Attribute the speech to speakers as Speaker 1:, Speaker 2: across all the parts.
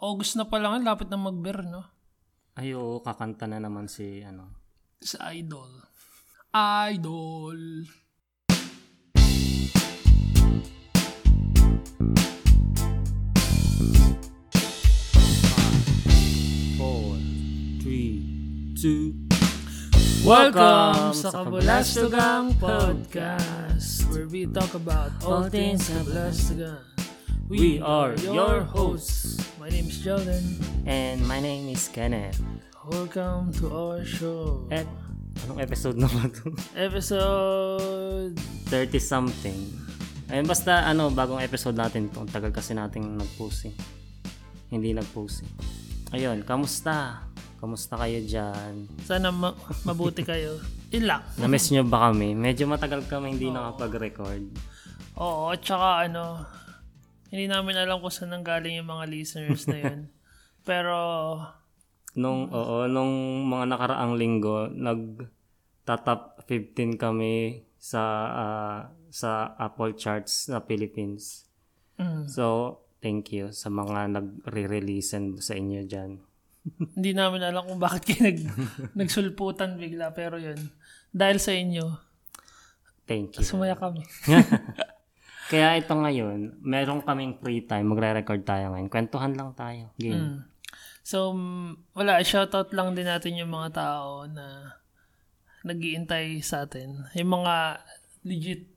Speaker 1: August na pa lang, lapit na mag-beer, no?
Speaker 2: Ay, oo, kakanta na naman si, ano.
Speaker 1: Sa Idol. Idol.
Speaker 2: Four, three, two.
Speaker 1: Welcome sa Kabulastugang Podcast where we talk about all things Kabulastugan.
Speaker 2: We are your hosts.
Speaker 1: My name is Jordan.
Speaker 2: And my name is Kenneth.
Speaker 1: Welcome to our show.
Speaker 2: At, anong episode na ba to?
Speaker 1: Episode
Speaker 2: 30 something. Ayun, basta ano, bagong episode natin to. Ang tagal kasi nating nag-post eh. Hindi nag-post eh. Ayun, kamusta? Kamusta kayo dyan?
Speaker 1: sana ma- mabuti kayo. Yun lang.
Speaker 2: Na-miss nyo ba kami? Medyo matagal kami hindi nakapag-record.
Speaker 1: Oo, at saka ano, hindi namin alam kung saan nanggaling yung mga listeners na yun. Pero,
Speaker 2: Nung,
Speaker 1: Mm.
Speaker 2: oo, nung mga nakaraang linggo, nag top 15 kami sa ah, sa Apple charts na Philippines.
Speaker 1: mm,
Speaker 2: So, thank you sa mga nagre-release and sa inyo dyan.
Speaker 1: hindi namin alam kung bakit kayo nag, nagsulputan bigla. Pero yun, dahil sa inyo,
Speaker 2: Thank you.
Speaker 1: sumaya kami.
Speaker 2: Kaya ito ngayon, meron kaming free time, magre-record tayo ngayon. Kwentuhan lang tayo. Game.
Speaker 1: Mm. So, mm, wala, shoutout lang din natin yung mga tao na nagiintay sa atin. Yung mga legit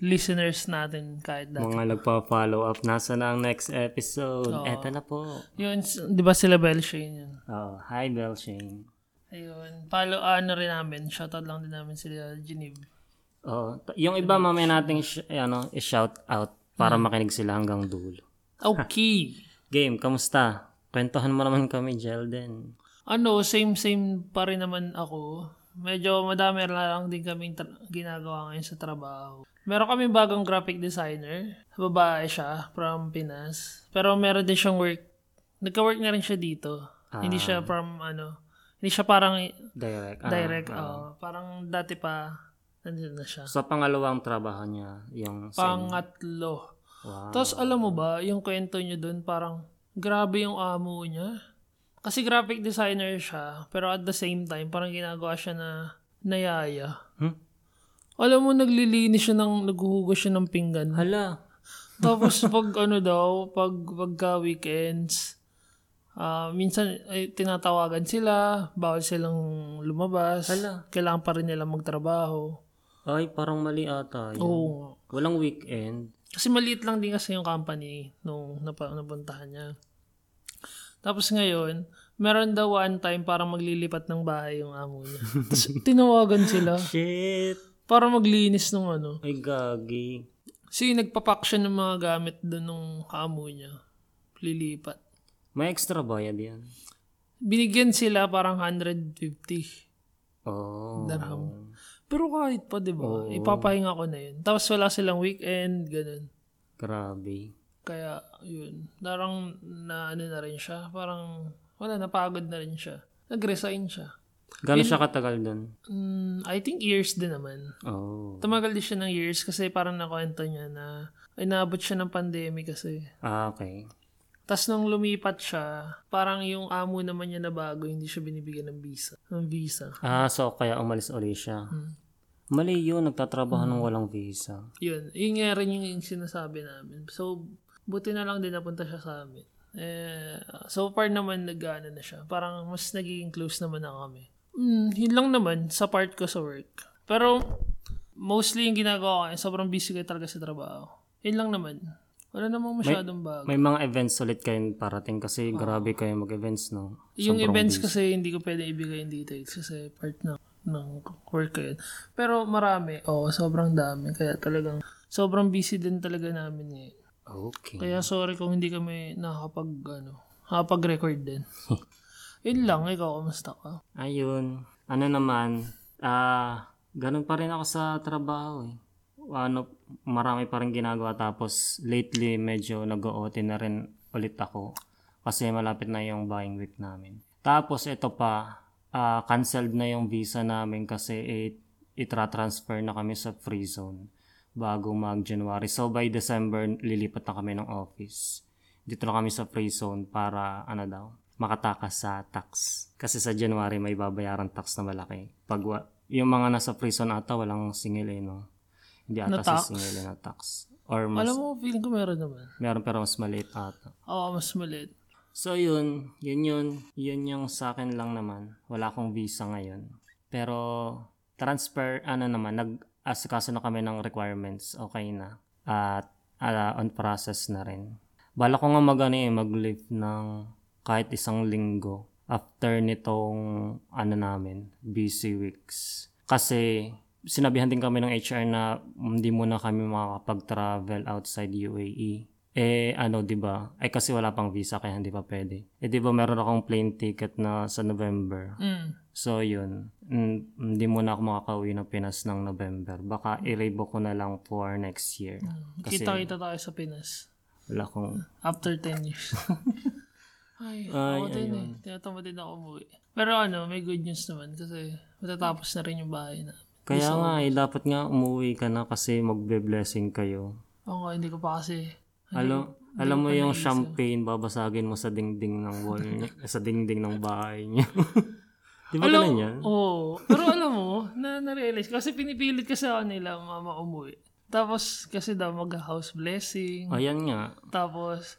Speaker 1: listeners natin kahit dati.
Speaker 2: Mga nagpa-follow up, nasa na ang next episode?
Speaker 1: Oo.
Speaker 2: Eto na po.
Speaker 1: Yun, s- di ba sila Belshane yun?
Speaker 2: Oh, hi Belshane.
Speaker 1: Ayun. Follow, ah, ano rin namin. Shoutout lang din namin sila Geneve.
Speaker 2: Oh, t- yung iba mamaya nating sh- ano, i-shout out para makinig sila hanggang dulo.
Speaker 1: Okay.
Speaker 2: Game, kamusta? Kwentuhan mo naman kami, Jelden.
Speaker 1: ano, same-same pa rin naman ako. Medyo madami na lang din kaming tra- ginagawa ngayon sa trabaho. Meron kami bagong graphic designer. Babae siya from Pinas. Pero meron din siyang work. Nagka-work na rin siya dito. Hindi siya
Speaker 2: Ah.
Speaker 1: from ano. Hindi siya parang
Speaker 2: Direct. Ah,
Speaker 1: direct.
Speaker 2: ah.
Speaker 1: oo. parang dati pa nandun na siya.
Speaker 2: Sa pangalawang trabaho niya, yung sa
Speaker 1: Pangatlo.
Speaker 2: Wow.
Speaker 1: Tapos alam mo ba, yung kwento niya doon parang grabe yung amo niya. Kasi graphic designer siya, pero at the same time parang ginagawa siya na nayaya.
Speaker 2: Hmm?
Speaker 1: Alam mo, naglilinis siya ng, naghuhugas siya ng pinggan.
Speaker 2: Hala.
Speaker 1: Tapos pag ano daw, pag pagka weekends, ah, minsan ay, tinatawagan sila, bawal silang lumabas,
Speaker 2: Hala.
Speaker 1: kailangan pa rin nila magtrabaho.
Speaker 2: Ay, parang mali ata. yun.
Speaker 1: Oo nga.
Speaker 2: Walang weekend.
Speaker 1: Kasi maliit lang din kasi yung company nung napa- napuntahan niya. Tapos ngayon, meron daw one time parang maglilipat ng bahay yung amo niya. Tapos tinawagan sila
Speaker 2: Shit.
Speaker 1: para maglinis ng ano.
Speaker 2: Ay, gagi.
Speaker 1: So yung nagpapack siya ng mga gamit doon nung amo niya. Lilipat.
Speaker 2: May extra bayad yan.
Speaker 1: Binigyan sila parang 150
Speaker 2: Oh.
Speaker 1: dirham. Pero kahit pa, di ba? Ipapahinga ko na yun. Tapos wala silang weekend, ganun.
Speaker 2: Grabe.
Speaker 1: Kaya, yun. Parang na ano na rin siya. Parang, wala, napagod na rin siya. Nag-resign siya.
Speaker 2: Gano'n siya katagal dun?
Speaker 1: Mm, I think years din naman.
Speaker 2: Oh.
Speaker 1: Tumagal din siya ng years kasi parang nakwento niya na inabot siya ng pandemic kasi.
Speaker 2: Ah, okay.
Speaker 1: Tapos nung lumipat siya, parang yung amo naman niya na bago, hindi siya binibigyan ng visa. Ng visa.
Speaker 2: Ah, so kaya umalis ulit siya. Mali yun, nagtatrabaho ng walang visa.
Speaker 1: Yun. Yun nga rin yung sinasabi namin. So, buti na lang din napunta siya sa amin. Eh, so far naman nag ano na siya. Parang mas nagiging close naman na kami. Mm, yun lang naman sa part ko sa work. Pero, mostly yung ginagawa ko, eh, sobrang busy ko talaga sa trabaho. Yun lang naman. Wala namang masyadong bago.
Speaker 2: May mga events ulit kayo parating kasi grabe kayo mag-events, no?
Speaker 1: yung events kasi hindi ko pwede ibigay yung details kasi part ng ng work ko yun. Pero marami. Oo, sobrang dami. Kaya talagang sobrang busy din talaga namin ngayon.
Speaker 2: Okay.
Speaker 1: Kaya sorry kung hindi kami nakakapag ano, nakakapag-record din. Yun lang, ikaw, kamusta ka?
Speaker 2: Ayun. Ano naman, ah, ganun pa rin ako sa trabaho, eh. Ano, marami pa rin ginagawa tapos lately medyo nag-OT na rin ulit ako kasi malapit na yung buying week namin. Tapos ito pa, ah, canceled na yung visa namin kasi it, itra-transfer na kami sa free zone bago mag-January. So by December, lilipat na kami ng office. dito na kami sa free zone para ano daw, makatakas sa tax. Kasi sa January may babayaran tax na malaki. Pag wa- yung mga nasa free zone ata walang singil eh, no? Hindi ata
Speaker 1: Na
Speaker 2: sa
Speaker 1: tax?
Speaker 2: singil eh, na tax. Or mas,
Speaker 1: Alam mo, feeling ko meron naman.
Speaker 2: meron pero mas maliit ata.
Speaker 1: Oo, mas maliit.
Speaker 2: So yun, yun yun, yun yung sa akin lang naman. Wala akong visa ngayon. Pero transfer, ano naman, nag-asikaso na kami ng requirements. Okay na. At ah, on process na rin. Bala ko nga mag, ano, eh, mag-leave ng kahit isang linggo after nitong ano namin, busy weeks. Kasi sinabihan din kami ng HR na hindi muna kami makakapag-travel outside UAE. Eh ano, 'di ba? Ay kasi wala pang visa kaya hindi pa pwede. Eh 'di ba meron akong plane ticket na sa November.
Speaker 1: Mm.
Speaker 2: So yun, Mm, hindi muna ako makakauwi ng Pinas ng November. Baka i-label ko na lang for next year. Kasi
Speaker 1: Kita-kita tayo sa Pinas.
Speaker 2: wala akong
Speaker 1: After 10 years. Ay,
Speaker 2: Ay,
Speaker 1: ako din
Speaker 2: ayun.
Speaker 1: eh. Tinatamad din ako umuwi. Pero ano, may good news naman kasi matatapos na rin yung bahay na.
Speaker 2: Kaya nga, eh, dapat nga umuwi ka na kasi magbe-blessing kayo.
Speaker 1: Oo nga, hindi ko pa kasi.
Speaker 2: Alam, alam mo yung champagne babasagin mo sa dingding ng wall niya, sa dingding ng bahay niya. Di ba ganun yan?
Speaker 1: Oo. pero alam mo, na na-realize ko, kasi pinipilit kasi ako nila mama umuwi. Tapos kasi daw mag-house blessing.
Speaker 2: Ayan nga.
Speaker 1: Tapos,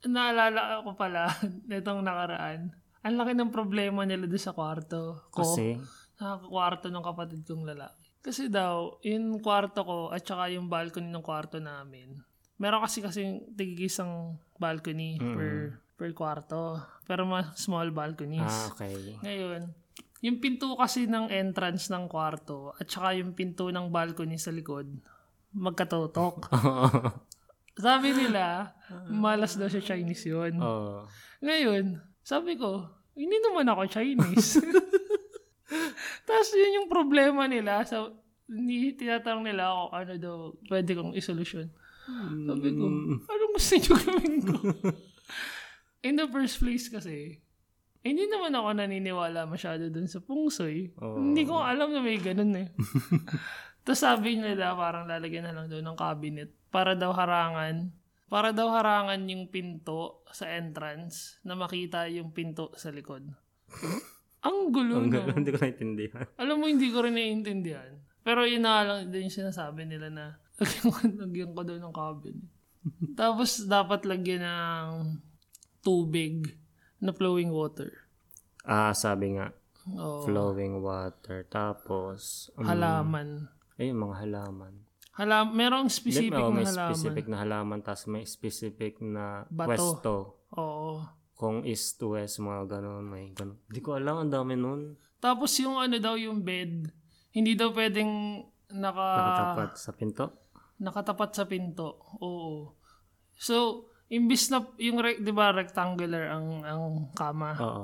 Speaker 1: naalala ko pala nitong nakaraan. Ang laki ng problema nila doon sa kwarto ko.
Speaker 2: Kasi,
Speaker 1: sa kwarto ng kapatid kong lalaki. Kasi daw, yung kwarto ko at saka yung balcony ng kwarto namin, meron kasi kasing tigigisang balcony per per kwarto. Pero mas small balconies.
Speaker 2: ah, okay.
Speaker 1: Ngayon, yung pinto kasi ng entrance ng kwarto at saka yung pinto ng balcony sa likod, magkatotok. Sabi nila, malas daw siya Chinese yun.
Speaker 2: Oo.
Speaker 1: Ngayon, sabi ko, hindi naman ako Chinese. Tapos yun yung problema nila. So, ni tinatanong nila ako ano daw pwede kong isolusyon. Sabi ko,
Speaker 2: Hmm.
Speaker 1: anong gusto nyo gawin ko? In the first place kasi, eh, hindi naman ako naniniwala masyado dun sa pungsoy.
Speaker 2: Oo.
Speaker 1: Hindi ko alam na may ganun eh. Tapos sabi nila parang lalagyan na lang daw ng cabinet para daw harangan. Para daw harangan yung pinto sa entrance na makita yung pinto sa likod. Ang gulo, no?
Speaker 2: Ang gano'n, hindi ko naintindihan.
Speaker 1: Alam mo, hindi ko rin naiintindihan. Pero yun na lang din yung sinasabi nila na lagyan ko, lagyan ko daw ng cabinet. Tapos dapat lagyan ng tubig na flowing water.
Speaker 2: Ah, sabi nga,
Speaker 1: O
Speaker 2: flowing water. Tapos, um,
Speaker 1: halaman.
Speaker 2: ayun, mga halaman.
Speaker 1: Halam, merong specific
Speaker 2: Oo,
Speaker 1: na
Speaker 2: may
Speaker 1: halaman.
Speaker 2: specific na halaman, tapos may specific na
Speaker 1: Bato.
Speaker 2: pwesto.
Speaker 1: Oo.
Speaker 2: Kung east to west, mga gano'n, may gano'n. Hindi ko alam, ang dami nun.
Speaker 1: Tapos yung ano daw yung bed, hindi daw pwedeng naka
Speaker 2: Nakatapat sa pinto.
Speaker 1: nakatapat sa pinto. Oo. So, imbis na yung rec- 'di ba rectangular ang ang kama.
Speaker 2: Oo.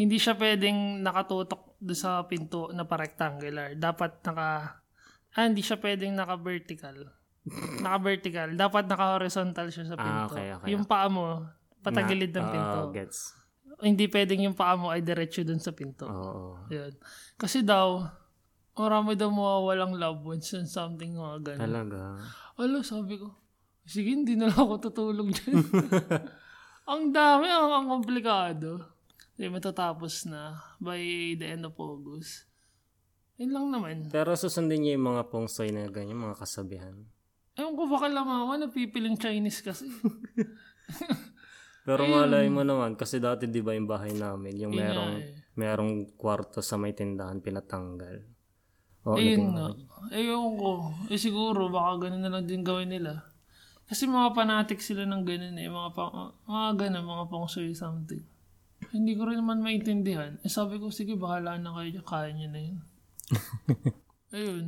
Speaker 1: hindi siya pwedeng nakatutok do sa pinto na pa-rectangular. Dapat naka... Ah, hindi siya pwedeng naka-vertical. Naka-vertical. Dapat naka-horizontal siya sa
Speaker 2: Ah,
Speaker 1: pinto.
Speaker 2: okay, okay.
Speaker 1: Yung paa mo, patagilid ng
Speaker 2: Na- ah,
Speaker 1: pinto.
Speaker 2: Oo, gets.
Speaker 1: Hindi pwedeng yung paa mo ay diretso dun sa pinto.
Speaker 2: Oo.
Speaker 1: Yun. Kasi daw, marami daw mawawalang loved ones and something mga ganun.
Speaker 2: Talaga.
Speaker 1: Alo, sabi ko, sige, hindi na lang ako tutulog dyan. ang dami, ang, ang komplikado. Hindi, matatapos na by the end of August. Yun lang naman.
Speaker 2: Pero susundin niyo yung mga pungsoy na ganyan, mga kasabihan.
Speaker 1: Ewan ko baka lamawa, napipiling Chinese kasi.
Speaker 2: Pero malay mo naman, kasi dati di ba yung bahay namin, yung
Speaker 1: Yun nga
Speaker 2: merong,
Speaker 1: eh.
Speaker 2: merong kwarto sa may tindahan pinatanggal. Oo,
Speaker 1: Ayun
Speaker 2: naging-
Speaker 1: nga. Ewan ko. Eh siguro, baka ganun na lang din gawin nila. Kasi mga fanatic sila ng ganun eh. Mga, pa, mga ganun, mga pangsoy something. Hindi ko rin naman maintindihan. Eh sabi ko, sige, bahala na kayo dyan. Kaya nyo na yun. Ayun.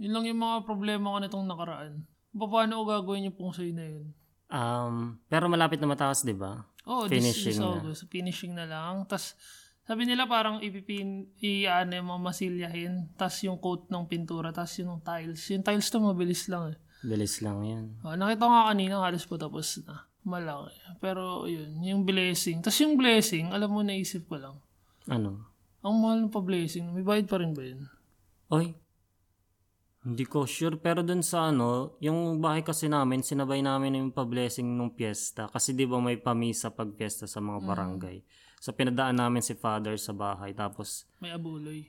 Speaker 1: Yun lang yung mga problema ko na itong nakaraan. Pa- Paano ko gagawin yung pangsoy na yun?
Speaker 2: Um, pero malapit na matapos, di ba?
Speaker 1: Oh,
Speaker 2: Finishing
Speaker 1: this is
Speaker 2: na.
Speaker 1: August. Finishing na lang. Tapos, sabi nila parang ipipin, i-ano yung mga masilyahin. Tapos yung coat ng pintura. Tapos yung tiles. Yung tiles to mabilis lang eh.
Speaker 2: Bilis lang yan.
Speaker 1: Oh, nakita ko nga kanina halos po tapos na. Malaki. Pero yun, yung blessing. Tapos yung blessing, alam mo, naisip ko lang.
Speaker 2: Ano?
Speaker 1: Ang mahal ng pa-blessing. May bayad pa rin ba yun?
Speaker 2: Oy! Hindi ko sure. Pero dun sa ano, yung bahay kasi namin, sinabay namin yung pa-blessing nung piyesta. Kasi di ba may pamisa pag piyesta sa
Speaker 1: Mm.
Speaker 2: mga barangay. So pinadaan namin si father sa bahay. Tapos,
Speaker 1: May abuloy.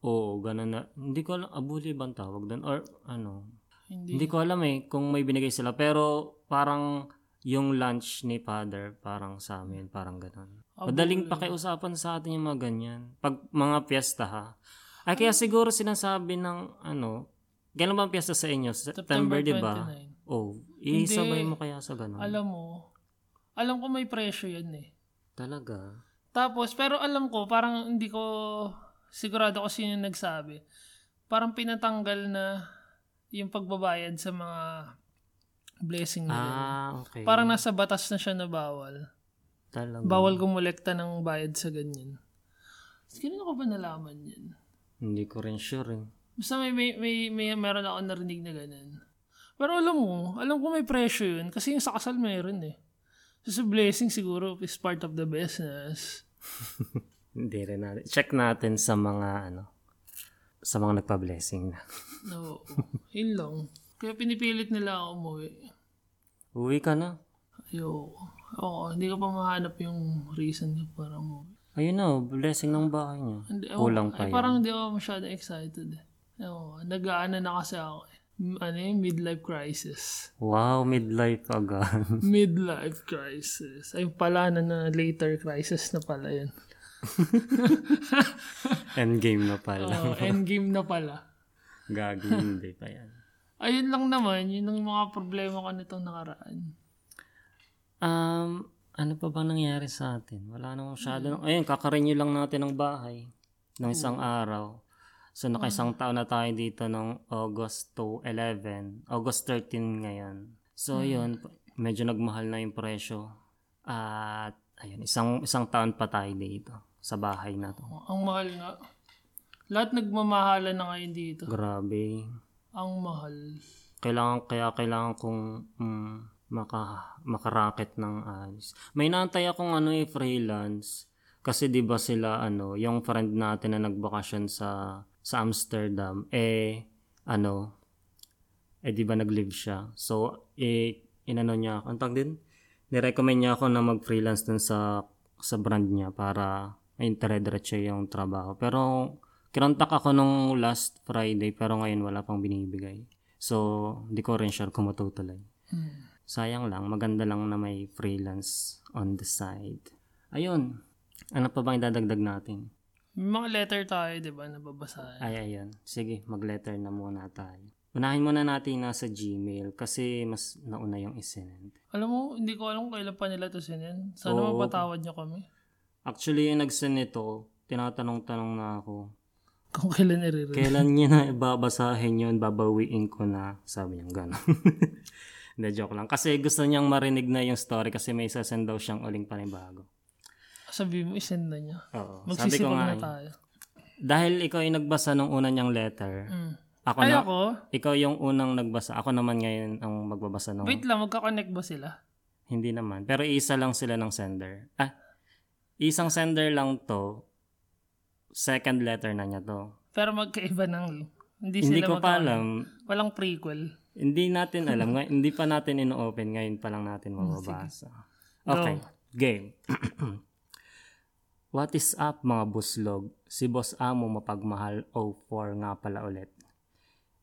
Speaker 2: oo, ganun na. Hindi ko alam, abuli bang tawag dun? Or ano?
Speaker 1: Hindi.
Speaker 2: Hindi ko alam eh kung may binigay sila. Pero parang yung lunch ni father, parang sa amin, parang ganun.
Speaker 1: Ah,
Speaker 2: Madaling pakiusapan sa atin yung mga ganyan. Pag mga piyesta ha. Ay kaya siguro sinasabi ng ano, gano'n ba ang piyesta sa inyo? September,
Speaker 1: September
Speaker 2: di ba?
Speaker 1: 29.
Speaker 2: Oh, isabay mo kaya sa ganun.
Speaker 1: Alam mo, alam ko may presyo yan eh.
Speaker 2: Talaga?
Speaker 1: Tapos, pero alam ko, parang hindi ko, sigurado ko sino yung nagsabi. Parang pinatanggal na yung pagbabayad sa mga blessing nila.
Speaker 2: Ah, okay.
Speaker 1: Parang nasa batas na siya na bawal.
Speaker 2: Talaga.
Speaker 1: Bawal kumulekta ng bayad sa ganyan. Kailan ko ba nalaman yan?
Speaker 2: Hindi ko rin sure eh.
Speaker 1: Basta may, may, may, may meron ako narinig na ganun. Pero alam mo, alam ko may presyo yun. Kasi yung sa kasal meron eh. So, sa blessing siguro is part of the business.
Speaker 2: Hindi rin natin. Check natin sa mga ano, sa mga nagpa-blessing na.
Speaker 1: No, yun lang. Kaya pinipilit nila ako umuwi.
Speaker 2: Uwi ka na.
Speaker 1: Ayoko. Oo, hindi ko pa mahanap yung reason ko para umuwi.
Speaker 2: Ayun na, oh, blessing ng bahay niyo.
Speaker 1: Hindi, ewan ko.
Speaker 2: Kulang pa
Speaker 1: Ay,
Speaker 2: yun.
Speaker 1: parang hindi ako masyado excited. eh. Ewan ko. Nag-ano na kasi ako. eh. M- Ano yung midlife crisis.
Speaker 2: Wow, midlife agad.
Speaker 1: Midlife crisis. Ay pala na na later crisis na pala yun.
Speaker 2: Endgame na pala.
Speaker 1: Oh, endgame na pala.
Speaker 2: Gagi, hindi pa yan.
Speaker 1: Ayun lang naman, yun ang mga problema ko nitong nakaraan.
Speaker 2: Um, ano pa ba nangyari sa atin? Wala nang masyado. nang- Ayun, kakarenew lang natin ng bahay ng isang araw. So, nakaisang taon na tayo dito ng August to 11. August 13 ngayon. So, yun. Medyo nagmahal na yung presyo. At, ayun, isang, isang taon pa tayo dito sa bahay na to.
Speaker 1: Oh, Ang mahal nga. Lahat nagmamahala na ngayon dito.
Speaker 2: Grabe.
Speaker 1: Ang mahal.
Speaker 2: kailangan kaya kailangan kong mm, maka makaraket ng alis. May naantay akong ano eh freelance kasi 'di ba sila ano, yung friend natin na nagbakasyon sa sa Amsterdam eh ano eh 'di ba nag-live siya. So eh inano niya ako, ang tawag din, nirecommend niya ako na mag-freelance dun sa sa brand niya para intere-diretso yung trabaho. Pero kinontak ako nung last Friday pero ngayon wala pang binibigay. So, hindi ko rin sure kung matutuloy.
Speaker 1: Hmm.
Speaker 2: Sayang lang, maganda lang na may freelance on the side. Ayun, ano pa bang idadagdag natin?
Speaker 1: May mga letter tayo, di ba, nababasahin.
Speaker 2: Ay, ayun. Sige, mag-letter na muna tayo. Unahin muna natin yung nasa Gmail kasi mas nauna yung isinend.
Speaker 1: Alam mo, hindi ko alam kung kailan pa nila to sinin. Sana
Speaker 2: Oo.
Speaker 1: mapatawad niyo kami.
Speaker 2: Actually, yung nag-send nito, tinatanong-tanong na ako,
Speaker 1: Kung kailan nire-read.
Speaker 2: kailan niya na babasahin yun, babawiin ko na, sabi niya gano'n. Hindi, joke lang. Kasi gusto niyang marinig na yung story kasi may sasend daw siyang uling panibago.
Speaker 1: Sabi mo, isend na niya.
Speaker 2: Oo. Sabi
Speaker 1: Magsisipag
Speaker 2: ko nga,
Speaker 1: na
Speaker 2: eh,
Speaker 1: tayo.
Speaker 2: dahil ikaw yung nagbasa ng una niyang letter,
Speaker 1: Mm.
Speaker 2: ako
Speaker 1: Ay,
Speaker 2: na,
Speaker 1: ako?
Speaker 2: ikaw yung unang nagbasa. Ako naman ngayon ang magbabasa ng,
Speaker 1: Wait lang, magkakonect ba sila?
Speaker 2: hindi naman. Pero isa lang sila ng sender. Ah, isang sender lang to, second letter na niya to.
Speaker 1: Pero magkaiba ng... Hindi,
Speaker 2: Hindi
Speaker 1: sila
Speaker 2: ko pa
Speaker 1: magkaka-
Speaker 2: alam.
Speaker 1: Walang prequel.
Speaker 2: Hindi natin alam. Ngay- hindi pa natin ino-open. Ngayon pa lang natin
Speaker 1: Hmm,
Speaker 2: mababasa. Okay. Game. What is up mga buslog? Si Boss Amo Mapagmahal 04 nga pala ulit.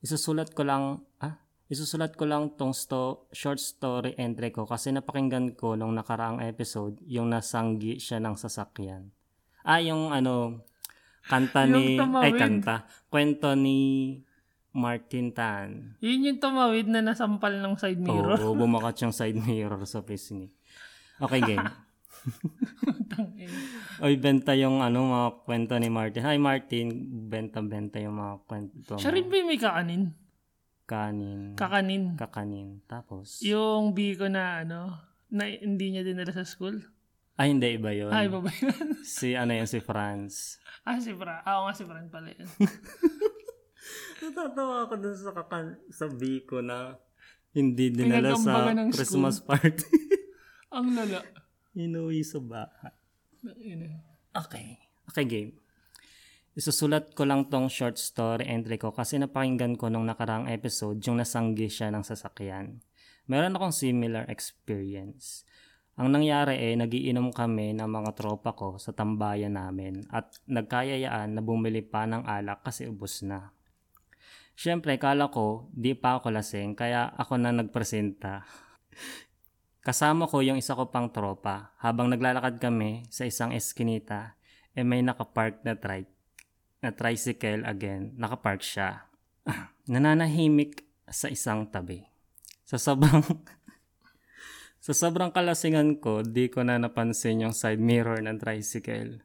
Speaker 2: Isusulat ko lang, ah? Isusulat ko lang tong sto- short story entry ko kasi napakinggan ko nung nakaraang episode yung nasanggi siya ng sasakyan. Ah, yung ano, kanta ni,
Speaker 1: Yung
Speaker 2: ay
Speaker 1: tumawid.
Speaker 2: kanta, kwento ni Martin Tan.
Speaker 1: Yun yung tumawid na nasampal ng side mirror.
Speaker 2: Oo, bumakat yung side mirror sa prison eh. Okay, game. Oy, benta yung ano, mga kwento ni Martin. Hi, Martin. Benta-benta yung mga kwento.
Speaker 1: Siya rin ba yung may kakanin?
Speaker 2: Kanin.
Speaker 1: Kakanin.
Speaker 2: kakanin. Tapos.
Speaker 1: Yung biko na ano, na hindi niya dinala sa school.
Speaker 2: Ay, hindi. Iba yun.
Speaker 1: Ay, iba ba yun?
Speaker 2: Si ano yun, si Franz.
Speaker 1: ah, si Fran. Ah, oo nga si Fran pala yun.
Speaker 2: Natatawa ako dun sa kakan sabi ko na hindi
Speaker 1: dinala
Speaker 2: dinala
Speaker 1: sa
Speaker 2: sa
Speaker 1: Pinagdambagan ng school.
Speaker 2: Christmas
Speaker 1: Christmas
Speaker 2: party.
Speaker 1: Ang lala.
Speaker 2: Inuwi sa bahay.
Speaker 1: Yun eh.
Speaker 2: Okay. Okay, game. Isusulat ko lang tong short story entry ko kasi napakinggan ko nung nakaraang episode yung nasanggi siya ng sasakyan. Meron akong similar experience. Ang nangyari eh, nagiinom kami ng mga tropa ko sa tambayan namin at nagkayayaan na bumili pa ng alak kasi ubos na. Siyempre, kala ko, di pa ako lasing kaya ako na nagpresenta. Kasama ko yung isa ko pang tropa. Habang naglalakad kami sa isang eskinita, eh may nakapark na trike na tricycle again. Nakapark siya. Nananahimik sa isang tabi. Sa sobrang sa sobrang kalasingan ko, di ko na napansin yung side mirror ng tricycle.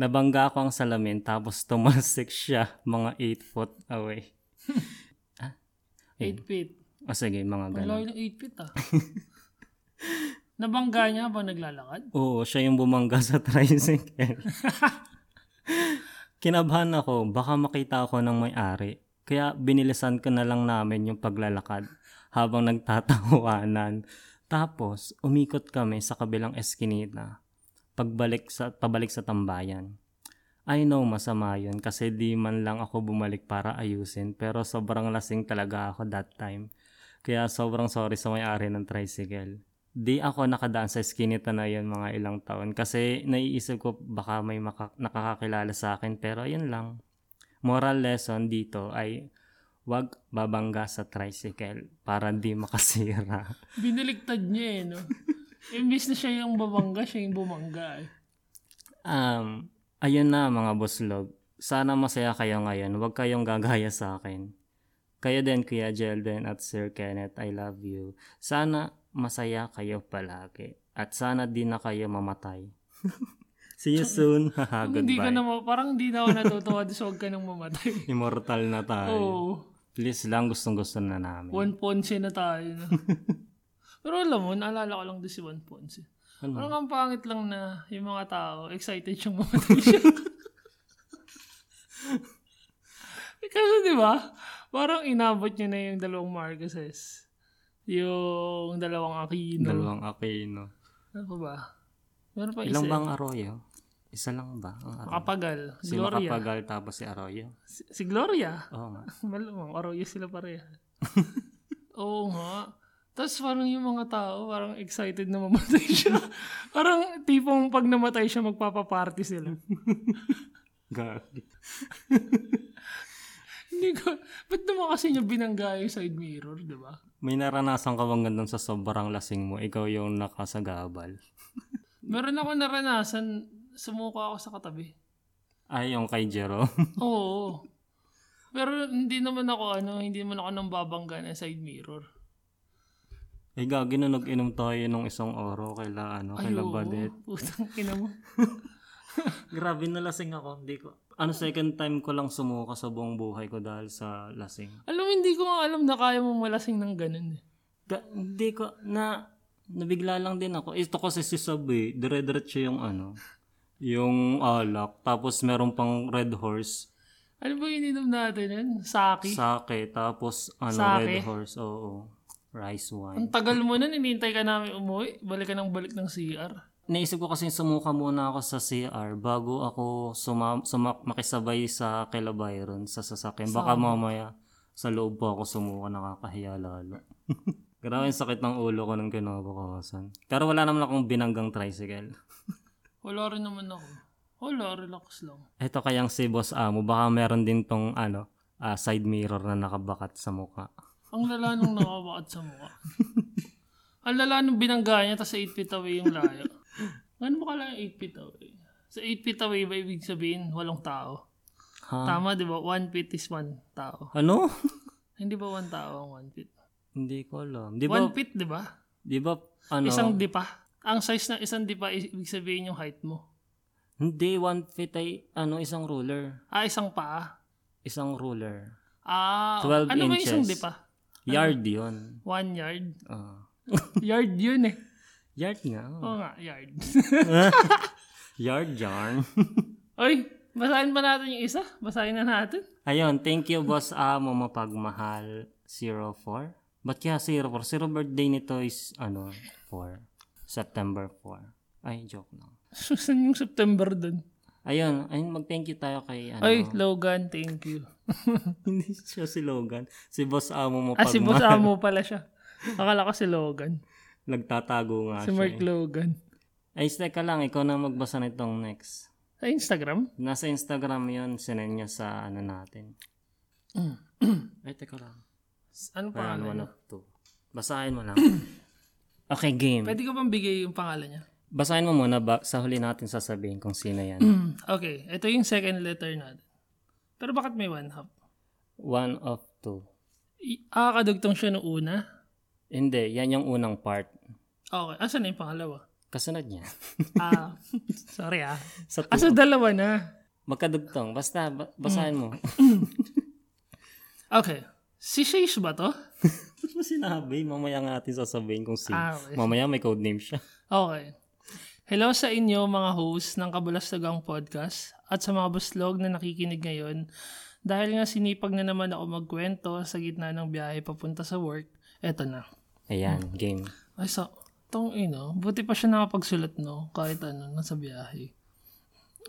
Speaker 2: Nabangga ko ang salamin tapos tumalsik siya mga 8 foot away.
Speaker 1: 8 feet.
Speaker 2: O sige, mga
Speaker 1: Ang
Speaker 2: ganun.
Speaker 1: layo ng 8 feet ah. Nabangga niya habang naglalakad?
Speaker 2: Oo, siya yung bumangga sa tricycle. Kinabahan ako, baka makita ako ng may-ari. Kaya binilisan ko na lang namin yung paglalakad habang nagtatawanan. Tapos, umikot kami sa kabilang eskinita. Pagbalik sa, pabalik sa tambayan. I know masama yun kasi di man lang ako bumalik para ayusin pero sobrang lasing talaga ako that time. Kaya sobrang sorry sa may-ari ng tricycle di ako nakadaan sa skinita na yun mga ilang taon kasi naiisip ko baka may maka- nakakakilala sa akin pero yun lang. Moral lesson dito ay wag babangga sa tricycle para di makasira.
Speaker 1: Biniliktad niya eh, no? Imbis na siya yung babangga, siya yung bumangga eh.
Speaker 2: Um, ayun na mga buslog. Sana masaya kayo ngayon. Huwag kayong gagaya sa akin. Kayo din, Kuya Jelden at Sir Kenneth, I love you. Sana masaya kayo palagi. At sana di na kayo mamatay. See you soon. Haha,
Speaker 1: Kung hindi ka
Speaker 2: Goodbye.
Speaker 1: na, ma- parang hindi na ako natutuwa doon sa huwag ka nang mamatay.
Speaker 2: Immortal
Speaker 1: Oo.
Speaker 2: na tayo. Please lang, gustong gusto na namin.
Speaker 1: Juan Ponce na tayo. No? Pero alam mo, naalala ko lang doon si Juan Ponce.
Speaker 2: Ano?
Speaker 1: Parang ang pangit lang na yung mga tao, excited siyang mamatay siya. Eh, Kasi di ba, parang inabot niya na yung dalawang Marcoses. Yung dalawang Aquino.
Speaker 2: Dalawang Aquino.
Speaker 1: Ano pa ba? Meron pa
Speaker 2: Ilang
Speaker 1: isa.
Speaker 2: bang Arroyo? Isa lang ba? Ang Arroyo?
Speaker 1: Makapagal. Si
Speaker 2: Si
Speaker 1: Gloria.
Speaker 2: Makapagal tapos si Arroyo.
Speaker 1: Si, si Gloria.
Speaker 2: Oo nga.
Speaker 1: Malamang, Arroyo sila pareha. Oo nga. Tapos parang yung mga tao, parang excited na mamatay siya. parang tipong pag namatay siya, magpapaparty sila.
Speaker 2: Gag.
Speaker 1: Hindi ko, ba't naman kasi niya binangga yung side mirror, di ba?
Speaker 2: May naranasan ka bang ganun sa sobrang lasing mo? Ikaw yung nakasagabal.
Speaker 1: Meron ako naranasan, sumuka ako sa katabi.
Speaker 2: Ay, yung kay Jerome.
Speaker 1: Oo. Pero hindi naman ako, ano, hindi naman ako nang babangga ng side mirror.
Speaker 2: Ay, gagi na nag-inom tayo nung isang oro kaila, ano, kaila
Speaker 1: oo.
Speaker 2: Badet.
Speaker 1: Putang ina mo.
Speaker 2: Grabe na lasing ako. Hindi ko. Ano, second time ko lang sumuka sa buong buhay ko dahil sa lasing.
Speaker 1: Alam mo, hindi ko nga alam na kaya mong malasing ng ganun. eh.
Speaker 2: Da- Hindi ko, na, nabigla lang din ako. Ito kasi si Sab eh, dire-diretso yung ano, yung alak. Tapos meron pang red horse,
Speaker 1: Ano ba yung ininom natin yun? Saki?
Speaker 2: sake, tapos ano,
Speaker 1: Sake?
Speaker 2: red horse, oo. Rice wine.
Speaker 1: Ang tagal mo nun, inintay ka namin umuwi. Balik ka ng balik ng CR.
Speaker 2: Naisip ko kasi sumuka muna ako sa CR bago ako suma, suma, makisabay sa kila Byron sa sasakyan. Baka mamaya sa loob pa ako sumuka nakakahiya lalo. Grabe yung sakit ng ulo ko nung kinabukasan. Pero wala naman akong binanggang tricycle.
Speaker 1: Wala rin naman ako. Wala, relax lang.
Speaker 2: Eto kayang si Boss Amo, baka meron din tong ano, ah, side mirror na nakabakat sa mukha.
Speaker 1: Ang lala nung nakabakat sa mukha. Ang lala nung binangga niya, tapos 8 feet away yung layo. Ano ba kala yung 8 feet away? Sa 8 feet away ba ibig sabihin walang tao?
Speaker 2: Ha?
Speaker 1: Tama, di ba? 1 feet is 1 tao.
Speaker 2: Ano?
Speaker 1: Hindi ba 1 tao ang 1 feet?
Speaker 2: Hindi ko alam.
Speaker 1: 1
Speaker 2: Di ba,
Speaker 1: feet, di ba?
Speaker 2: di ba, ano?
Speaker 1: Isang dipa. Ang size ng isang dipa, is- ibig sabihin yung height mo.
Speaker 2: Hindi, one feet ay, ano, isang ruler.
Speaker 1: Ah, isang paa.
Speaker 2: Isang ruler.
Speaker 1: Ah,
Speaker 2: 12
Speaker 1: ano ba yung
Speaker 2: inches.
Speaker 1: isang dipa?
Speaker 2: Yard yun.
Speaker 1: 1 yard.
Speaker 2: Ah.
Speaker 1: Yard yun eh.
Speaker 2: yard nga. oh.
Speaker 1: Oo nga, yard.
Speaker 2: Yard yarn.
Speaker 1: Oy, basahin pa natin yung isa? Basahin na natin.
Speaker 2: Ayun, thank you Boss Amo Mapagmahal 04. Ba't kaya 04? Zero birthday nito is, ano, 4. September 4. Ay, joke lang.
Speaker 1: Susan yung September dun.
Speaker 2: Ayun, ayun mag-thank you tayo kay ano.
Speaker 1: Ay, Logan, thank you.
Speaker 2: Hindi siya si Logan. Si boss amo mo
Speaker 1: Ah,
Speaker 2: pag
Speaker 1: si Boss
Speaker 2: ma-
Speaker 1: Amo pala siya. Akala ko si Logan.
Speaker 2: nagtatago nga
Speaker 1: Si
Speaker 2: siya.
Speaker 1: Mark
Speaker 2: eh.
Speaker 1: Logan.
Speaker 2: Ay, teka lang. Ikaw na magbasa nitong next.
Speaker 1: Sa Instagram?
Speaker 2: Nasa Instagram yon sinend niya sa ano natin.
Speaker 1: Mm.
Speaker 2: Ay, teka lang.
Speaker 1: Ano
Speaker 2: Parang
Speaker 1: pangalan
Speaker 2: one
Speaker 1: niya?
Speaker 2: of two. Basahin mo lang. okay, game.
Speaker 1: Pwede ko bang bigay yung pangalan niya?
Speaker 2: Basahin mo muna ba, sa huli natin sasabihin kung sino yan.
Speaker 1: Hmm, Okay, ito yung second letter natin. Pero bakit may one half?
Speaker 2: One of two.
Speaker 1: I- ah, kadugtong siya nung una.
Speaker 2: Hindi, yan yung unang part.
Speaker 1: Okay, asan na yung pangalawa?
Speaker 2: Kasunod niya.
Speaker 1: Ah, sorry ah.
Speaker 2: sa two.
Speaker 1: Ah, so dalawa na.
Speaker 2: Magkadugtong. Basta, ba- basahin mo.
Speaker 1: Okay. Si Sheish ba to?
Speaker 2: Ba't mo sinabi? Mamaya nga natin sasabihin kung sino.
Speaker 1: Ah, okay.
Speaker 2: Mamaya may codename siya.
Speaker 1: Okay. Hello sa inyo mga host ng Kabulastagang Podcast at sa mga buslog na nakikinig ngayon. Dahil nga sinipag na naman ako magkwento sa gitna ng biyahe papunta sa work, eto na.
Speaker 2: Ayan, game.
Speaker 1: Ay, sa, tong ino, buti pa siya nakapagsulat, no? Kahit ano, nasa biyahe.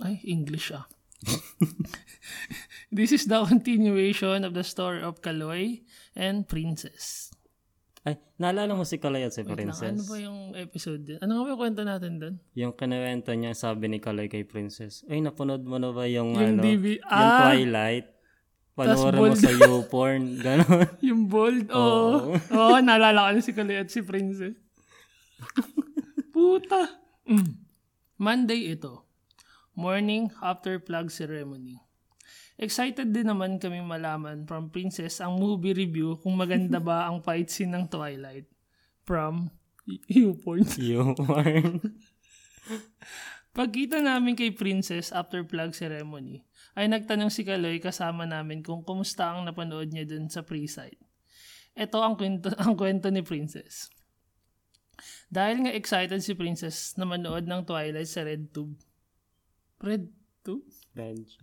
Speaker 1: Ay, English ah. This is the continuation of the story of Kaloy and Princess.
Speaker 2: Ay, naalala mo si Kalay at si
Speaker 1: Wait lang,
Speaker 2: Princess?
Speaker 1: ano ba yung episode din? Ano nga ba yung kwento natin doon?
Speaker 2: Yung kinuwento niya, sabi ni Kalay kay Princess, ay, napunod mo na ba yung,
Speaker 1: Yung
Speaker 2: ano,
Speaker 1: DV
Speaker 2: yung
Speaker 1: ah!
Speaker 2: Twilight? Panoorin mo
Speaker 1: bold.
Speaker 2: sa YouPorn. Ganon.
Speaker 1: Yung bold? oh. Oo.
Speaker 2: Oo.
Speaker 1: Oo, naalala ko na si Kaloy at si Princess. Puta! Mm. Monday ito. Morning after plug ceremony. Excited din naman kami malaman from Princess ang movie review kung maganda ba ang fight scene ng Twilight. From YouPorn.
Speaker 2: YouPorn.
Speaker 1: Pagkita namin kay Princess after plug ceremony, ay nagtanong si Kaloy kasama namin kung kumusta ang napanood niya dun sa pre-site. Ito ang kwento, ang kwento ni Princess. Dahil nga excited si Princess na manood ng Twilight sa RedTube. RedTube?
Speaker 2: Bench.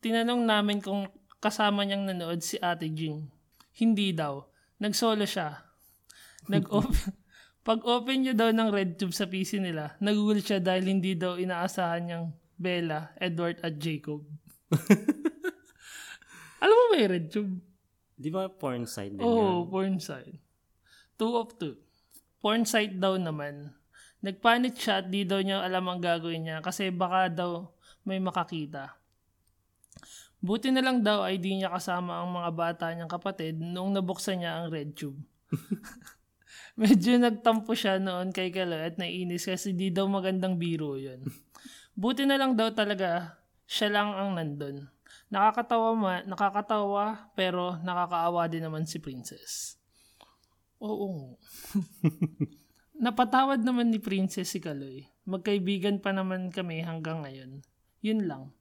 Speaker 1: Tinanong namin kung kasama niyang nanood si Ate Jing. Hindi daw. Nag-solo siya. nag Pag-open niya daw ng RedTube sa PC nila, nagugulat siya dahil hindi daw inaasahan niyang Bella, Edward at Jacob. Alam mo ba yung RedTube?
Speaker 2: Di ba porn site din yun?
Speaker 1: Oo, oh, porn site. Two of two. Porn site daw naman. Nagpanit siya at di daw niya alam ang gagawin niya kasi baka daw may makakita. Buti na lang daw ay di niya kasama ang mga bata niyang kapatid noong nabuksan niya ang red tube. Medyo nagtampo siya noon kay Kalo at nainis kasi di daw magandang biro yun. Buti na lang daw talaga, siya lang ang nandun. Nakakatawa ma, nakakatawa pero nakakaawa din naman si Princess. Oo. Napatawad naman ni Princess si Kaloy. Magkaibigan pa naman kami hanggang ngayon. Yun lang.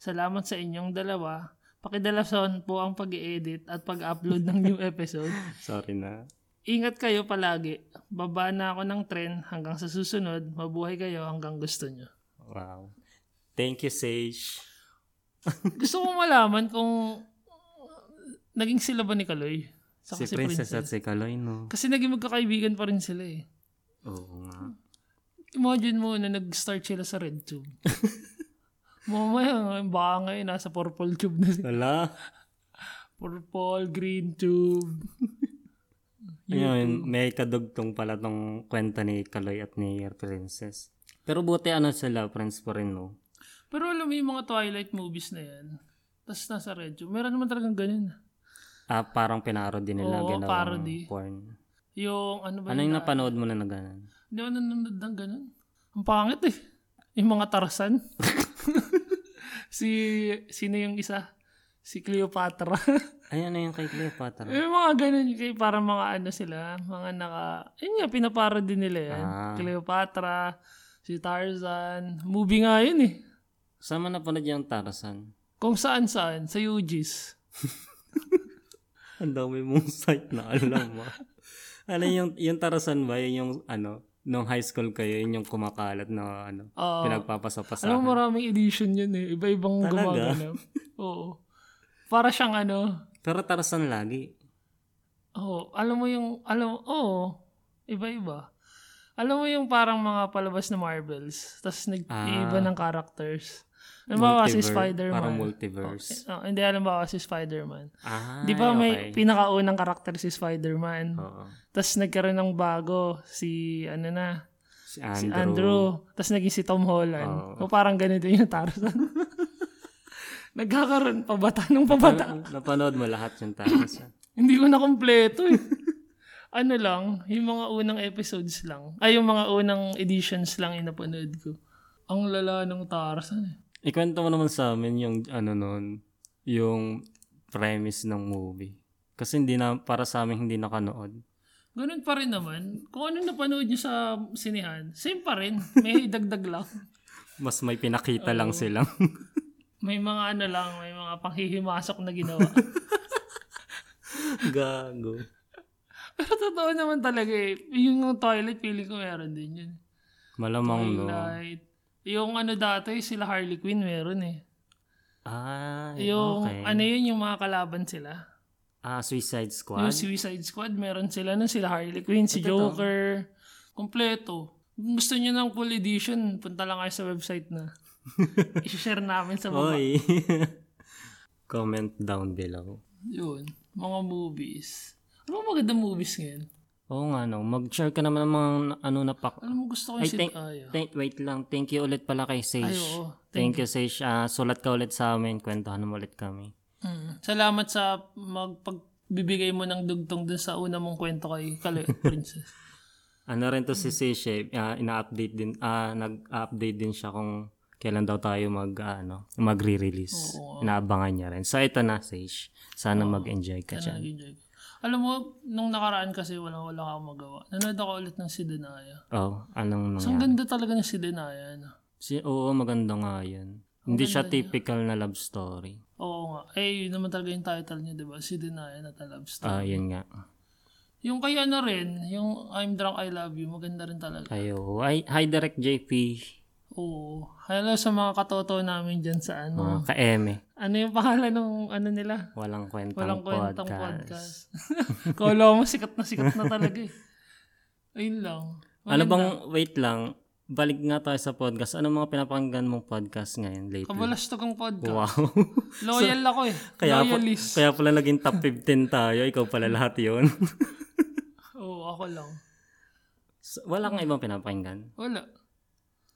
Speaker 1: Salamat sa inyong dalawa. Pakidalason po ang pag edit at pag-upload ng new episode.
Speaker 2: Sorry na.
Speaker 1: Ingat kayo palagi. Baba na ako ng tren hanggang sa susunod. Mabuhay kayo hanggang gusto nyo.
Speaker 2: Wow. Thank you, Sage.
Speaker 1: Gusto kong malaman kung naging sila ba ni Kaloy? Saka
Speaker 2: si, Princess, at si Kaloy, no?
Speaker 1: Kasi naging magkakaibigan pa rin sila eh.
Speaker 2: Oo nga.
Speaker 1: Imagine mo na nag-start sila sa red tube. Mamaya, nga, baka ngayon nasa purple tube na sila.
Speaker 2: Wala.
Speaker 1: Purple, green tube.
Speaker 2: Ayun, may kadugtong pala tong kwenta ni Kaloy at ni Princess. Pero buti ano sila, friends pa rin, no?
Speaker 1: Pero alam mo yung mga Twilight movies na yan, tapos nasa red tube, meron naman talagang ganun.
Speaker 2: Ah, parang pinarody nila.
Speaker 1: Oo,
Speaker 2: ginawang
Speaker 1: parody.
Speaker 2: Porn.
Speaker 1: Yung ano ba
Speaker 2: Ano yung napanood mo na na ganun?
Speaker 1: Hindi ako nanonood ng ganun. Ang pangit eh. Yung mga Tarzan. si, sino yung isa? Si Cleopatra.
Speaker 2: Ay, ano yung kay Cleopatra?
Speaker 1: yung mga ganun kay para mga ano sila, mga naka, yun nga, pinaparody nila yan.
Speaker 2: Ah.
Speaker 1: Cleopatra, si Tarzan. Movie nga yun eh.
Speaker 2: Saan mo napanood yung Tarzan?
Speaker 1: Kung saan saan, sa UGs.
Speaker 2: Ang dami mong site na alam mo. ano yung, yung tarasan ba? Yun yung ano, nung high school kayo, yun yung kumakalat na ano,
Speaker 1: Oo.
Speaker 2: pinagpapasapasahan.
Speaker 1: Ah, Oh. Alam mo, maraming edition yun eh. Iba-ibang
Speaker 2: Talaga?
Speaker 1: gumaganap. Oo. Para siyang ano,
Speaker 2: Pero tarasan lagi.
Speaker 1: Oh, Oo, alam mo yung, alam, oo, oh, iba-iba. Alam mo yung parang mga palabas na Marvels, tapos nag-iiba ng characters. Halimbawa si
Speaker 2: Ah. Multiver-
Speaker 1: Spider-Man.
Speaker 2: Parang multiverse.
Speaker 1: Oh, hindi, halimbawa si Spider-Man.
Speaker 2: Ah,
Speaker 1: Di ba may
Speaker 2: okay. Oh.
Speaker 1: pinakaunang karakter si Spider-Man?
Speaker 2: Oo.
Speaker 1: Tapos nagkaroon ng bago si ano na,
Speaker 2: Si Andrew. Oh.
Speaker 1: si Andrew. Tapos naging si Tom Holland. O parang ganito yung Tarzan. Nagkakaroon pabata ng pabata.
Speaker 2: Ah, Napanood mo lahat yung taras.
Speaker 1: Hindi ko na kompleto eh. ano lang, yung mga unang episodes lang. Ay, yung mga unang editions lang yung napanood ko. Ang lala ng Tarzan eh.
Speaker 2: Ikwento mo naman sa amin yung ano nun, yung premise ng movie. Kasi hindi na, para sa amin hindi nakanood.
Speaker 1: Ganun pa rin naman. Kung ano napanood nyo sa sinihan, same pa rin. May dagdag lang.
Speaker 2: Mas may pinakita
Speaker 1: Oh.
Speaker 2: lang silang.
Speaker 1: May mga ano lang, may mga panghihimasok na ginawa.
Speaker 2: Gago.
Speaker 1: Pero totoo naman talaga eh. Yung toilet, feeling ko meron din yun.
Speaker 2: Malamang no.
Speaker 1: Light. Yung ano dati, sila Harley Quinn meron eh.
Speaker 2: Ah,
Speaker 1: Yung
Speaker 2: okay.
Speaker 1: ano yun, yung mga kalaban sila.
Speaker 2: Ah, Suicide
Speaker 1: Yung
Speaker 2: Squad?
Speaker 1: Suicide Squad, meron sila nun. Sila Harley Quinn, si
Speaker 2: Ito to.
Speaker 1: Joker. Kompleto. Kung gusto nyo ng full edition, punta lang kayo sa website na. I-share namin sa mga,
Speaker 2: Oy. Comment down below.
Speaker 1: yun, mga movies. Ano mga magandang movies ngayon?
Speaker 2: Oo nga no, mag-share ka naman ng mga ano na pak.
Speaker 1: Ano mo gusto ko
Speaker 2: Ay,
Speaker 1: yung sit
Speaker 2: thank,
Speaker 1: kaya?
Speaker 2: thank, wait lang. Thank you ulit pala kay Sage.
Speaker 1: Ay, oo.
Speaker 2: Thank you, Sage. Ah, sulat ka ulit sa amin. Kwentuhan mo ulit kami.
Speaker 1: Mm. Salamat sa magpagbibigay mo ng dugtong dun sa una mong kwento kay Kaloy Princess.
Speaker 2: Ano rin to
Speaker 1: Mm.
Speaker 2: si Sage, eh, ah, ina-update din, ah, nag-update din siya kung kailan daw tayo mag, ah, ano, magre-release. Inaabangan niya rin. So, ito na, Sage. Sana mag-enjoy ka dyan.
Speaker 1: Nag-enjoy ko. Ano Alam mo, nung nakaraan kasi walang wala akong magawa. Nanood ako ulit ng si Denaya.
Speaker 2: Oh, anong
Speaker 1: So, ang
Speaker 2: nangyari?
Speaker 1: ganda talaga ng si Denaya. Ano?
Speaker 2: Si, oo, maganda nga yun. Hindi siya typical na love story.
Speaker 1: Oo nga. Eh, yun naman talaga yung title niya, di ba? Si Denaya na Love Story.
Speaker 2: Ah, yun nga.
Speaker 1: Yung kaya na rin, yung I'm Drunk, I Love You, maganda rin talaga.
Speaker 2: Ayo, ay, hi direct JP.
Speaker 1: Oo. Hello sa mga katoto namin dyan sa ano.
Speaker 2: Mga ka-eme.
Speaker 1: Ano yung pangalan ng ano nila?
Speaker 2: Walang kwentang,
Speaker 1: Walang kwentang
Speaker 2: podcast.
Speaker 1: podcast. Kala mo, sikat na sikat na talaga eh. Ayun lang.
Speaker 2: Ano bang, wait lang, balik nga tayo sa podcast. Ano mga pinapakinggan mong podcast ngayon lately?
Speaker 1: Kabalastog ang podcast.
Speaker 2: Wow.
Speaker 1: Loyal ako eh.
Speaker 2: Kaya, pa,
Speaker 1: Loyalist.
Speaker 2: kaya pala naging top 15 tayo. Ikaw pala lahat yun.
Speaker 1: Oo, ako lang.
Speaker 2: So, Wala kang ibang pinapakinggan.
Speaker 1: Wala.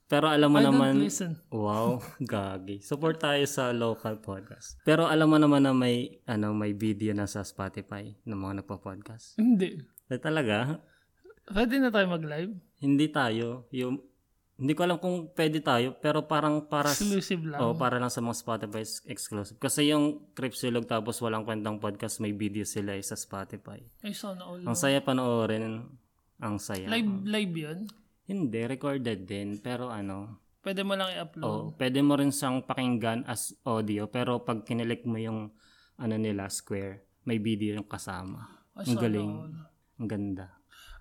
Speaker 2: Pero alam mo
Speaker 1: I
Speaker 2: naman,
Speaker 1: don't listen.
Speaker 2: wow, gagi. Support tayo sa local podcast. Pero alam mo naman na may, ano, may video na sa Spotify ng mga nagpa-podcast.
Speaker 1: Hindi.
Speaker 2: Eh, talaga,
Speaker 1: Pwede na tayo mag-live.
Speaker 2: hindi tayo, yung, hindi ko alam kung pwede tayo, pero parang para,
Speaker 1: Exclusive lang.
Speaker 2: oh, para lang sa mga Spotify exclusive. Kasi yung Cripsilog tapos walang kwentang podcast, may video sila eh sa Spotify.
Speaker 1: Ay, sana all.
Speaker 2: Ang saya panoorin. Ang saya.
Speaker 1: Live, live yun?
Speaker 2: Hindi, recorded din. Pero ano,
Speaker 1: Pwede mo lang i-upload.
Speaker 2: oh, pwede mo rin siyang pakinggan as audio. Pero pag kinilik mo yung ano nila, square, may video yung kasama.
Speaker 1: Ay,
Speaker 2: Ang
Speaker 1: sana
Speaker 2: galing.
Speaker 1: all.
Speaker 2: Ang ganda.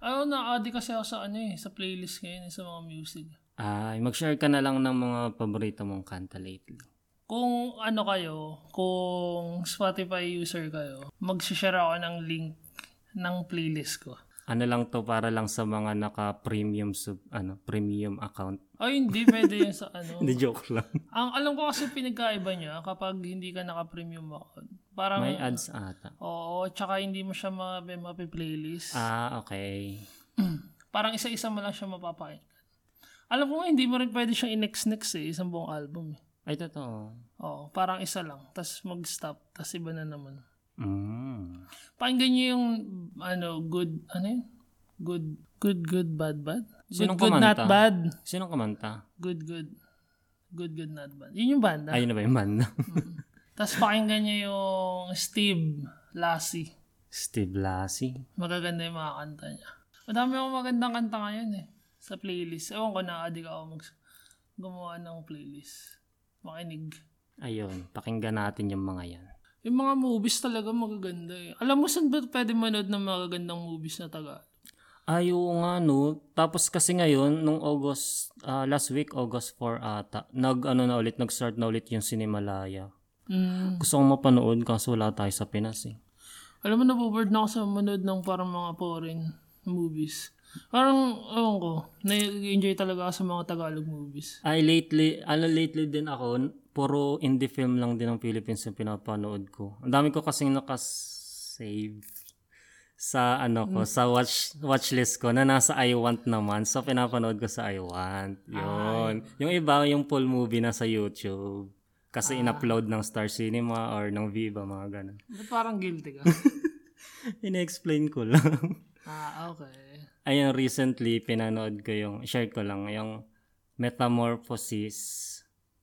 Speaker 1: Ayaw na, adi kasi ako sa ano eh, sa playlist ngayon, eh, sa mga music.
Speaker 2: Ay, mag-share ka na lang ng mga paborito mong kanta lately.
Speaker 1: Kung ano kayo, kung Spotify user kayo, mag-share ako ng link ng playlist ko.
Speaker 2: Ano lang to para lang sa mga naka-premium sub, ano, premium account.
Speaker 1: Ay, hindi, pwede yun sa ano.
Speaker 2: Hindi, joke lang.
Speaker 1: Ang alam ko kasi pinagkaiba niya kapag hindi ka naka-premium account. Parang,
Speaker 2: May ads ata.
Speaker 1: oo, tsaka hindi mo siya ma- mapi-playlist.
Speaker 2: Ah, okay.
Speaker 1: Mm. Parang isa-isa mo lang siya mapapakinggan. Alam ko nga, hindi mo rin pwede siyang i-next-next eh, isang buong album. eh.
Speaker 2: Ay, totoo.
Speaker 1: Oo, parang isa lang. Tapos mag-stop. Tapos iba na naman.
Speaker 2: Mm.
Speaker 1: Pakinggan niyo yung, ano, good, ano yun? Good, good, good, bad, bad? Good,
Speaker 2: Sinong
Speaker 1: good, not
Speaker 2: kumanta?
Speaker 1: bad.
Speaker 2: Sino kumanta?
Speaker 1: Good, good. Good, good, not bad. Yun yung banda.
Speaker 2: Ayun na ba yung banda?
Speaker 1: Tapos pakinggan niyo yung Steve Lassie.
Speaker 2: Steve Lassie.
Speaker 1: Magaganda yung mga kanta niya. Madami akong magandang kanta ngayon eh. Sa playlist. Ewan ko na, adik ako mag gumawa ng playlist. Makinig.
Speaker 2: Ayun, pakinggan natin yung mga yan.
Speaker 1: Yung mga movies talaga magaganda eh. Alam mo saan ba pwede manood ng magagandang movies na taga?
Speaker 2: Ay, oo nga, no. Tapos kasi ngayon, nung August, ah, last week, August 4 ata, nag, ano na ulit, nag-start na ulit yung Cinemalaya.
Speaker 1: Mm.
Speaker 2: Gusto kong mapanood kaso wala tayo sa Pinas eh.
Speaker 1: Alam mo, naboboard na ako sa manood ng parang mga foreign movies. Parang, ewan ko, nag-enjoy talaga ako sa mga Tagalog movies.
Speaker 2: Ay, lately, ano lately din ako, puro indie film lang din ng Philippines yung pinapanood ko. Ang dami ko kasing nakasave sa ano ko, sa watch watchlist ko na nasa I Want naman. So pinapanood ko sa I Want. 'Yon. Yung iba yung full movie na sa YouTube. Kasi in-upload ng Star Cinema or ng Viva mga ganun.
Speaker 1: Ba't parang guilty ka?
Speaker 2: Ine-explain ko lang.
Speaker 1: ah, okay.
Speaker 2: Ayun, recently, pinanood ko yung, share ko lang, yung Metamorphosis.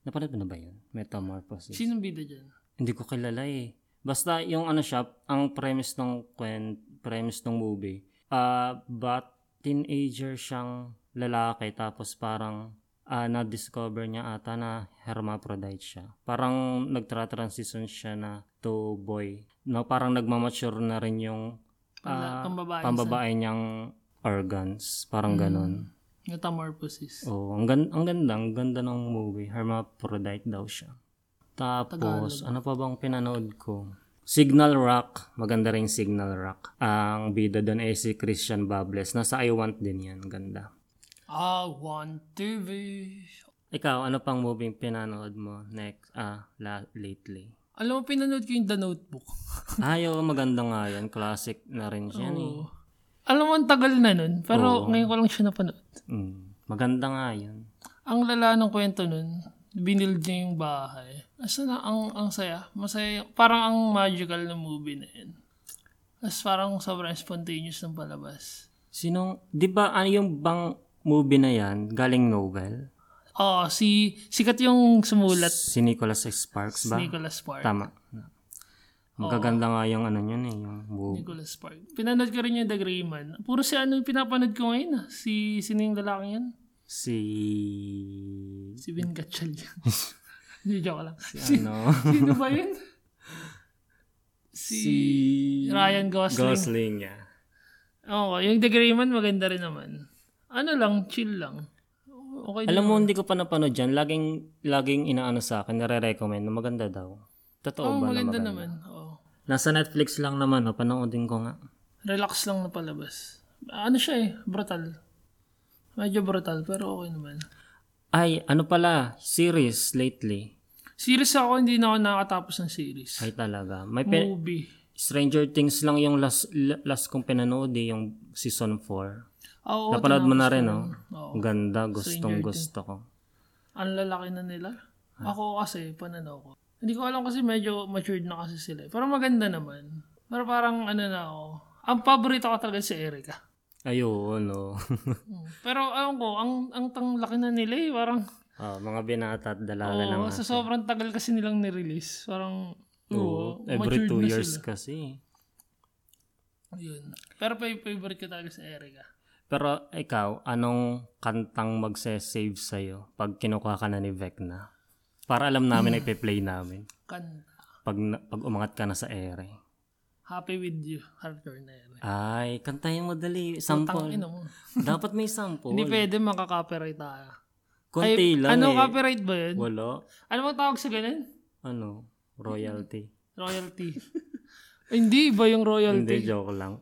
Speaker 2: Napanood mo na ba yun? Metamorphosis.
Speaker 1: Sinong bida dyan?
Speaker 2: Hindi ko kilala eh. Basta yung ano siya, ang premise ng kwen, premise ng movie, ah but teenager siyang lalaki tapos parang ah, na-discover niya ata na hermaphrodite siya. Parang nagtra-transition siya na to boy. No, parang nagmamature na rin yung
Speaker 1: Pala,
Speaker 2: ah,
Speaker 1: pambabae.
Speaker 2: pambabae niyang organs. Parang
Speaker 1: Hmm.
Speaker 2: ganon.
Speaker 1: Mm. Metamorphosis.
Speaker 2: Oo, ang, gan- ang ganda. Ang ganda ng movie. Hermaphrodite daw siya. Tapos, ano pa bang pinanood ko? Signal Rock. Maganda rin yung Signal Rock. Ang bida doon ay si Christian Bables. Nasa I Want din yan. Ganda.
Speaker 1: I want TV.
Speaker 2: Ikaw, ano pang movie yung pinanood mo next? Ah, la- lately.
Speaker 1: Alam mo, pinanood ko yung The Notebook.
Speaker 2: Ayaw, maganda nga yan. Classic na rin siya.
Speaker 1: Oo. Alam mo, ang tagal na nun. Pero ngayon ko lang siya napanood.
Speaker 2: Eh. Mm, maganda nga yan.
Speaker 1: Ang lala ng kwento nun, binild niya yung bahay. Asa na, ang, ang saya. Masaya. Parang ang magical na movie na yun. Tapos parang sobrang spontaneous ng palabas.
Speaker 2: Sinong, di ba ano yung bang movie na yan? Galing novel?
Speaker 1: Oh, si sikat yung sumulat
Speaker 2: Si Nicholas Sparks ba?
Speaker 1: si Nicholas Sparks.
Speaker 2: Tama. Ang gaganda nga yung ano yun eh, yung movie.
Speaker 1: Nicholas Sparks. Pinanood ko rin yung The Gray Man. Puro si ano yung pinapanood ko ngayon. ah. Si sino yung lalaking yan?
Speaker 2: Si...
Speaker 1: Si Vin Gatchal yan. Hindi, joke lang. Si,
Speaker 2: Ano?
Speaker 1: sino ba yun?
Speaker 2: si...
Speaker 1: Si, Ryan Gosling.
Speaker 2: Gosling, yeah.
Speaker 1: Oo, yung The Gray Man maganda rin naman. Ano lang, chill lang. Okay
Speaker 2: Alam mo, hindi ko pa napanood yan. Laging, laging inaano sa akin, nare-recommend na maganda daw. Totoo
Speaker 1: oh,
Speaker 2: ba
Speaker 1: maganda
Speaker 2: na maganda?
Speaker 1: naman. Oo.
Speaker 2: Nasa Netflix lang naman, oh, panoodin ko nga.
Speaker 1: Relax lang na palabas. Ano siya eh, brutal. Medyo brutal, pero okay naman.
Speaker 2: Ay, ano pala, series lately.
Speaker 1: Series ako, hindi na ako nakatapos ng series.
Speaker 2: Ay talaga. May pin-
Speaker 1: Movie.
Speaker 2: Stranger Things lang yung last, la- last kong pinanood eh, yung season 4.
Speaker 1: Oo,
Speaker 2: Napanood mo na rin, no?
Speaker 1: Oo.
Speaker 2: Ganda, gustong gusto ko.
Speaker 1: ang lalaki na nila.
Speaker 2: Hmm.
Speaker 1: Ako kasi, pananaw ko. Hindi ko alam kasi medyo matured na kasi sila. eh. Pero maganda naman. Pero parang ano na ako. Ang paborito ko talaga si Erica.
Speaker 2: Ayun, oh. no.
Speaker 1: Mm. Pero alam ko, ang, ang tang laki na nila eh. Parang,
Speaker 2: Ah, mga binata at dalaga lang.
Speaker 1: oo, sa sobrang tagal kasi nilang nirelease. Parang, oo,
Speaker 2: Oo, every
Speaker 1: matured
Speaker 2: two
Speaker 1: na
Speaker 2: years
Speaker 1: sila.
Speaker 2: kasi.
Speaker 1: Yun. Pero pa- favorite ko talaga si Erica.
Speaker 2: Pero ikaw, anong kantang magse-save sa'yo pag kinukuha ka na ni Vecna? Para alam
Speaker 1: Hmm.
Speaker 2: namin na ipe-play namin.
Speaker 1: Kanta.
Speaker 2: Pag, na- pag umangat ka na sa ere.
Speaker 1: Happy with you, hardcore na Erica.
Speaker 2: Ay, kantahin mo dali.
Speaker 1: Tang
Speaker 2: Sample.
Speaker 1: ina mo.
Speaker 2: Dapat may
Speaker 1: Hindi
Speaker 2: sample.
Speaker 1: pwede makaka-copyright tayo.
Speaker 2: Kunti lang
Speaker 1: ano,
Speaker 2: eh.
Speaker 1: copyright ba yun?
Speaker 2: Wala.
Speaker 1: Ano bang tawag sa ganun?
Speaker 2: Ano? Royalty.
Speaker 1: Royalty. Hindi ba yung
Speaker 2: Hindi,
Speaker 1: royalty?
Speaker 2: joke lang.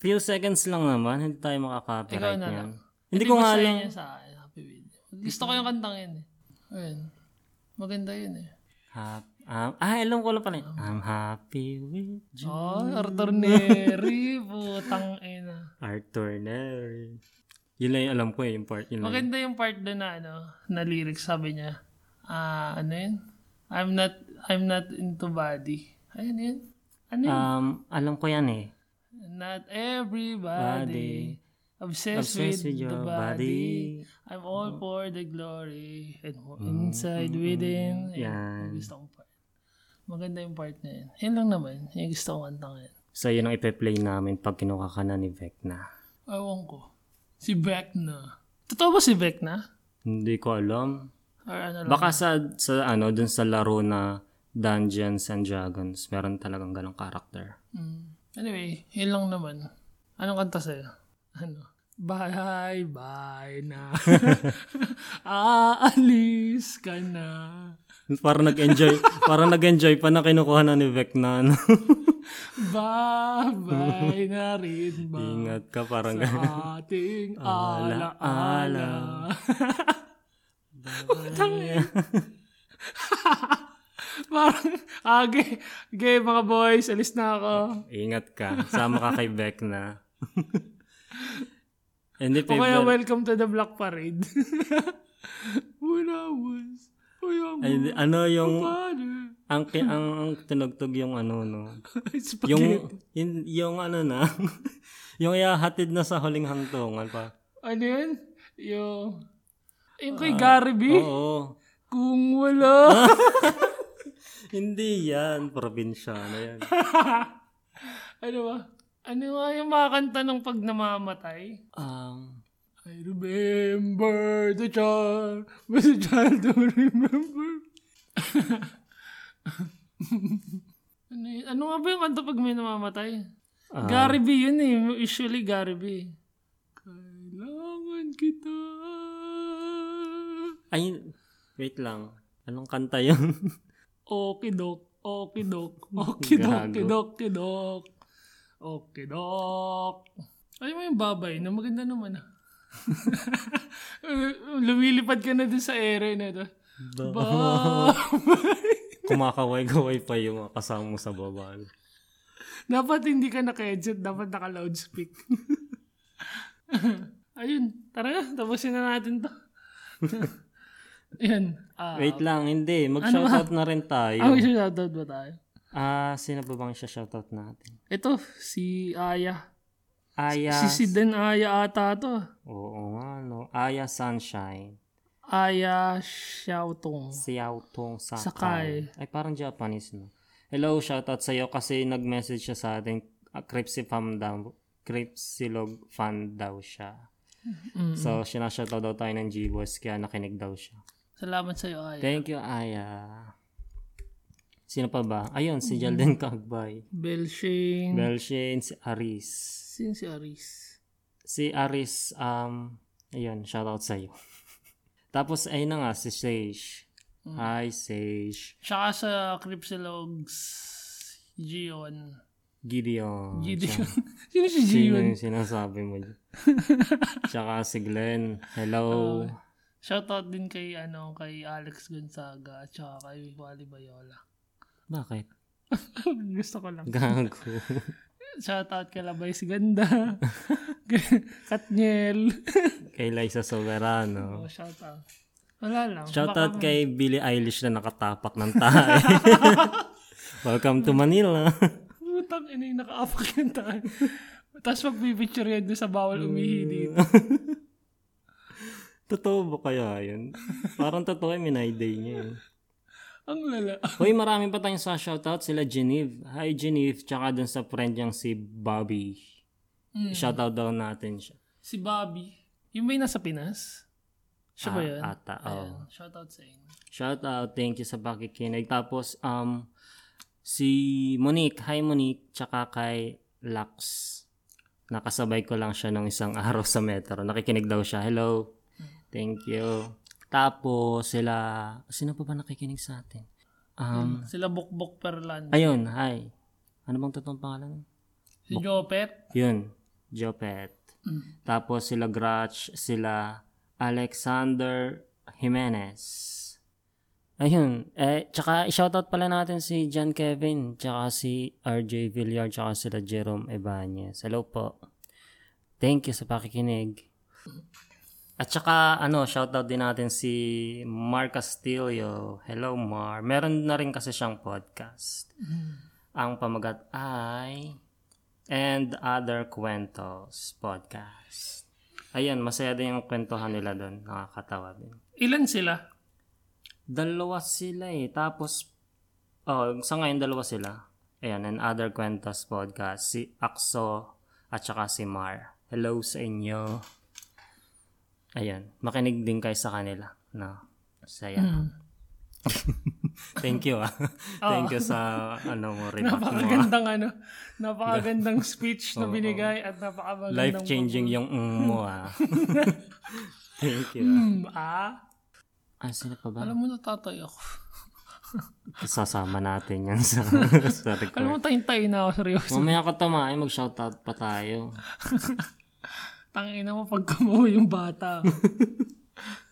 Speaker 2: Few seconds lang naman, hindi tayo
Speaker 1: Ikaw
Speaker 2: makaka-copyright
Speaker 1: na
Speaker 2: niyan.
Speaker 1: lang.
Speaker 2: Hindi ko nga
Speaker 1: masaya
Speaker 2: alam.
Speaker 1: yan sa akin, Happy Video. Gusto ko yung kantang yun eh. Ayun. Maganda yun eh.
Speaker 2: Ha- um, ah, alam ko lang pala. yun. I'm happy with you.
Speaker 1: Oh, Arthur Neri. Putang ina.
Speaker 2: Arthur Neri. Yun lang yung alam ko eh, yung part. Yun lang.
Speaker 1: Maganda yung part doon na ano, na lyrics sabi niya. Ah, ano yun? I'm not, I'm not into body. Ayun yun. Ano yun?
Speaker 2: Um, alam ko yan eh.
Speaker 1: not everybody. Obsessed,
Speaker 2: Obsessed
Speaker 1: with,
Speaker 2: with your
Speaker 1: the body.
Speaker 2: body. Mm.
Speaker 1: I'm all for the glory and more inside within. Yan.
Speaker 2: mm. Yan.
Speaker 1: Gusto kong part. Maganda yung part na yun. Yan lang naman. Yung gusto kong kanta ngayon.
Speaker 2: So, yun ang ipe-play namin pag kinuha ka na ni Vecna.
Speaker 1: Ewan ko. Si Beck na. Totoo ba si Beck na?
Speaker 2: Hindi ko alam.
Speaker 1: Or ano lang?
Speaker 2: Baka sa, sa ano, dun sa laro na Dungeons and Dragons, meron talagang ganong character.
Speaker 1: Mm. Anyway, yun lang naman. Anong kanta sa'yo? Ano? Bye, bye na. Aalis ka na.
Speaker 2: Parang nag-enjoy, parang nag-enjoy pa na kinukuha na ni Vecna. ano.
Speaker 1: Babay na rin ba
Speaker 2: Ingat ka parang ganun.
Speaker 1: sa ating
Speaker 2: Ala,
Speaker 1: alaala? Putang ina. parang, ah, gay, gay mga boys, alis na ako.
Speaker 2: Ingat ka. Sama ka kay Beck na. Hindi,
Speaker 1: O kaya
Speaker 2: favorite.
Speaker 1: welcome to the Black Parade. When I was a young
Speaker 2: Ay, di- ano yung,
Speaker 1: father.
Speaker 2: ang, ki- ang, ang tunugtog yung ano, no?
Speaker 1: yung...
Speaker 2: Yung, yung, yung ano na, yung iahatid na sa huling hangtungan pa.
Speaker 1: Ano yun? Yung... Yung kay Gary B.
Speaker 2: Oh. Oo.
Speaker 1: Kung wala.
Speaker 2: Hindi yan. Probinsyano yan.
Speaker 1: ano ba? Ano ba yung mga kanta ng pag namamatay?
Speaker 2: Um,
Speaker 1: I remember the child, but the child don't remember. ano, yun? ano nga ba yung kanta pag may namamatay?
Speaker 2: ah,
Speaker 1: Gary B yun eh. Usually Gary B. Kailangan kita.
Speaker 2: Ay, wait lang. Anong kanta yun?
Speaker 1: Okidok, okidok, okidok,
Speaker 2: Gago.
Speaker 1: okidok, okidok. Okidok. Ay mo yung babay na maganda naman ah. Lumilipad ka na dun sa ere na Ah, ito. Babay.
Speaker 2: Kumakaway-gaway pa yung mga kasama mo sa baba.
Speaker 1: Dapat hindi ka naka-headset, dapat naka-loudspeak. Ayun, tara na, tapusin na natin to. Ayan. Ah, Ano
Speaker 2: Wait lang, hindi. Mag-shoutout na rin tayo.
Speaker 1: ah, may shoutout ba tayo?
Speaker 2: Ah, sino ba bang siya shoutout natin?
Speaker 1: Ito, si Aya.
Speaker 2: Aya.
Speaker 1: Si Siden Aya ata to.
Speaker 2: Oo nga, no. Aya Sunshine.
Speaker 1: Aya Xiaotong.
Speaker 2: Siyaw Tong Sakai.
Speaker 1: Sakai.
Speaker 2: Ay, parang Japanese, no? Hello, shoutout sa'yo kasi nag-message siya sa atin. Uh, Cripsy fan daw. Cripsilog fan daw siya.
Speaker 1: Mm.
Speaker 2: So, sinashoutout daw tayo ng G-Boys kaya nakinig daw siya.
Speaker 1: Salamat sa'yo, Aya.
Speaker 2: Thank you, Aya. Sino pa ba? Ayun, si Jalden Kagbay.
Speaker 1: Belshane.
Speaker 2: Belshane, si Aris.
Speaker 1: Sin si Aris.
Speaker 2: Si Aris, um, ayun, shoutout sa'yo. Tapos, ayun na nga, si Sage. Hi, Sage.
Speaker 1: Tsaka sa Cripsilogs, Gion.
Speaker 2: Gideon.
Speaker 1: Gideon. Sino si
Speaker 2: Sino
Speaker 1: Gion?
Speaker 2: yung sinasabi mo? Tsaka si Glenn. Hello.
Speaker 1: Shoutout din kay ano kay Alex Gonzaga at saka kay Wally Bayola.
Speaker 2: Bakit?
Speaker 1: Gusto ko lang.
Speaker 2: Gago.
Speaker 1: Shoutout kay Labay si Ganda. Kay Katniel.
Speaker 2: kay Liza Soberano.
Speaker 1: Oh, shoutout. Wala lang.
Speaker 2: Shoutout
Speaker 1: Baka-
Speaker 2: kay Billie Eilish na nakatapak ng tae. Welcome to Manila.
Speaker 1: Putang ina yung nakaapak yung tayo. Tapos magpipicture yan doon sa
Speaker 2: Mm.
Speaker 1: bawal umihi dito.
Speaker 2: totoo ba kaya yun? Parang totoo yung minayday niya yun.
Speaker 1: Ang lala.
Speaker 2: Hoy, marami pa tayong sa shoutout sila Geneve. Hi Geneve, tsaka dun sa friend niyang si Bobby.
Speaker 1: Mm.
Speaker 2: Shoutout daw natin siya.
Speaker 1: Si Bobby. Yung may nasa Pinas? Siya ba
Speaker 2: Ah,
Speaker 1: yun?
Speaker 2: Ata, oo.
Speaker 1: Ayan, Shoutout sa inyo.
Speaker 2: Shout out, thank you sa pakikinig. Tapos, um, si Monique, hi Monique, tsaka kay Lux. Nakasabay ko lang siya nung isang araw sa metro. Nakikinig daw siya. Hello. Thank you. Tapos, sila, sino pa ba nakikinig sa atin? Um,
Speaker 1: Hmm. Sila Bukbok Perlan.
Speaker 2: ayun, hi. Ano bang totoong pangalan?
Speaker 1: Si Jopet.
Speaker 2: Yun, Jopet. Tapos sila Gratch, sila Alexander Jimenez. Ayun. Eh, tsaka shoutout pala natin si John Kevin, tsaka si RJ Villar, tsaka sila Jerome Ebanez. Hello po. Thank you sa pakikinig. At tsaka, ano, shoutout din natin si Mark Castillo. Hello, Mar. Meron na rin kasi siyang podcast. Ang pamagat ay and other kwentos podcast. Ayan, masaya din yung kwentuhan nila doon. Nakakatawa din.
Speaker 1: Ilan sila?
Speaker 2: Dalawa sila eh. Tapos, oh, sa ngayon dalawa sila. Ayan, and other kwentos podcast. Si Akso at saka si Mar. Hello sa inyo. Ayan, makinig din kayo sa kanila. No, saya. Thank you ah. Thank you sa ano mo remark mo.
Speaker 1: Napakagandang ano. Napakagandang speech na binigay at napakagandang...
Speaker 2: Life changing yung mm mo ah. Thank you.
Speaker 1: Hmm, ah?
Speaker 2: Ah, sino pa ba?
Speaker 1: Alam mo, natatay ako.
Speaker 2: Sasama natin yan sa, sa record.
Speaker 1: Alam mo, tayo-tayo na ako, seryoso.
Speaker 2: Mamaya ka tamahin, mag-shoutout pa tayo.
Speaker 1: Tangina mo pag kumuha yung bata.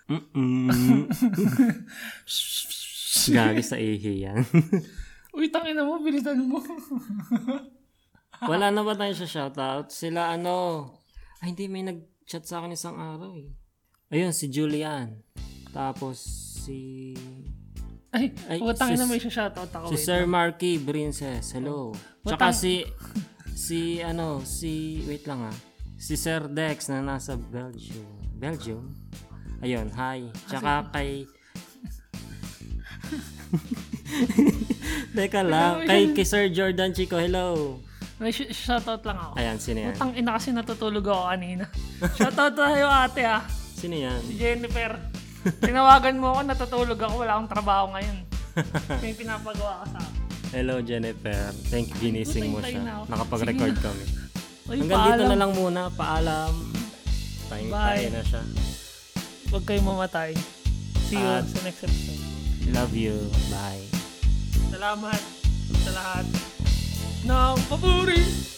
Speaker 2: Mm-mm. Gagi Mm. sa ihi yan.
Speaker 1: Uy, tangina mo, bilisan mo.
Speaker 2: Wala na ba tayo sa shoutout? Sila ano? Ay, hindi. May nag-chat sa akin isang araw eh. Ayun, si Julian. Tapos si...
Speaker 1: Ay,
Speaker 2: Ay,
Speaker 1: oh, tangina
Speaker 2: sis-
Speaker 1: mo, isa-shoutout ako.
Speaker 2: Si
Speaker 1: wait.
Speaker 2: Sir Marky Princess. Hello.
Speaker 1: Oh.
Speaker 2: Tsaka
Speaker 1: Watang-
Speaker 2: si... Si ano, si... Wait lang ah. Si Sir Dex na nasa Belgium. Belgium? Ayun, hi. Tsaka kay... Teka lang. Kay, kay Sir Jordan Chico, hello.
Speaker 1: May sh- shoutout lang ako.
Speaker 2: Ayan, sino yan?
Speaker 1: Putang ina kasi natutulog ako kanina. Shoutout tayo ate ah.
Speaker 2: Sino yan?
Speaker 1: Si Jennifer. Tinawagan mo ako, natutulog ako. Wala akong trabaho ngayon. May pinapagawa ka sa akin.
Speaker 2: Hello Jennifer. Thank you ginising mo
Speaker 1: Tayo-tayo na
Speaker 2: siya.
Speaker 1: ako.
Speaker 2: Nakapag-record kami.
Speaker 1: Uy,
Speaker 2: Hanggang dito
Speaker 1: paalam.
Speaker 2: na lang muna. Paalam. Tayong tayo
Speaker 1: Bye.
Speaker 2: na siya.
Speaker 1: Huwag kayong mamatay. See you
Speaker 2: At-
Speaker 1: sa next episode.
Speaker 2: Love you. Bye.
Speaker 1: Salamat sa lahat. Ng papuri!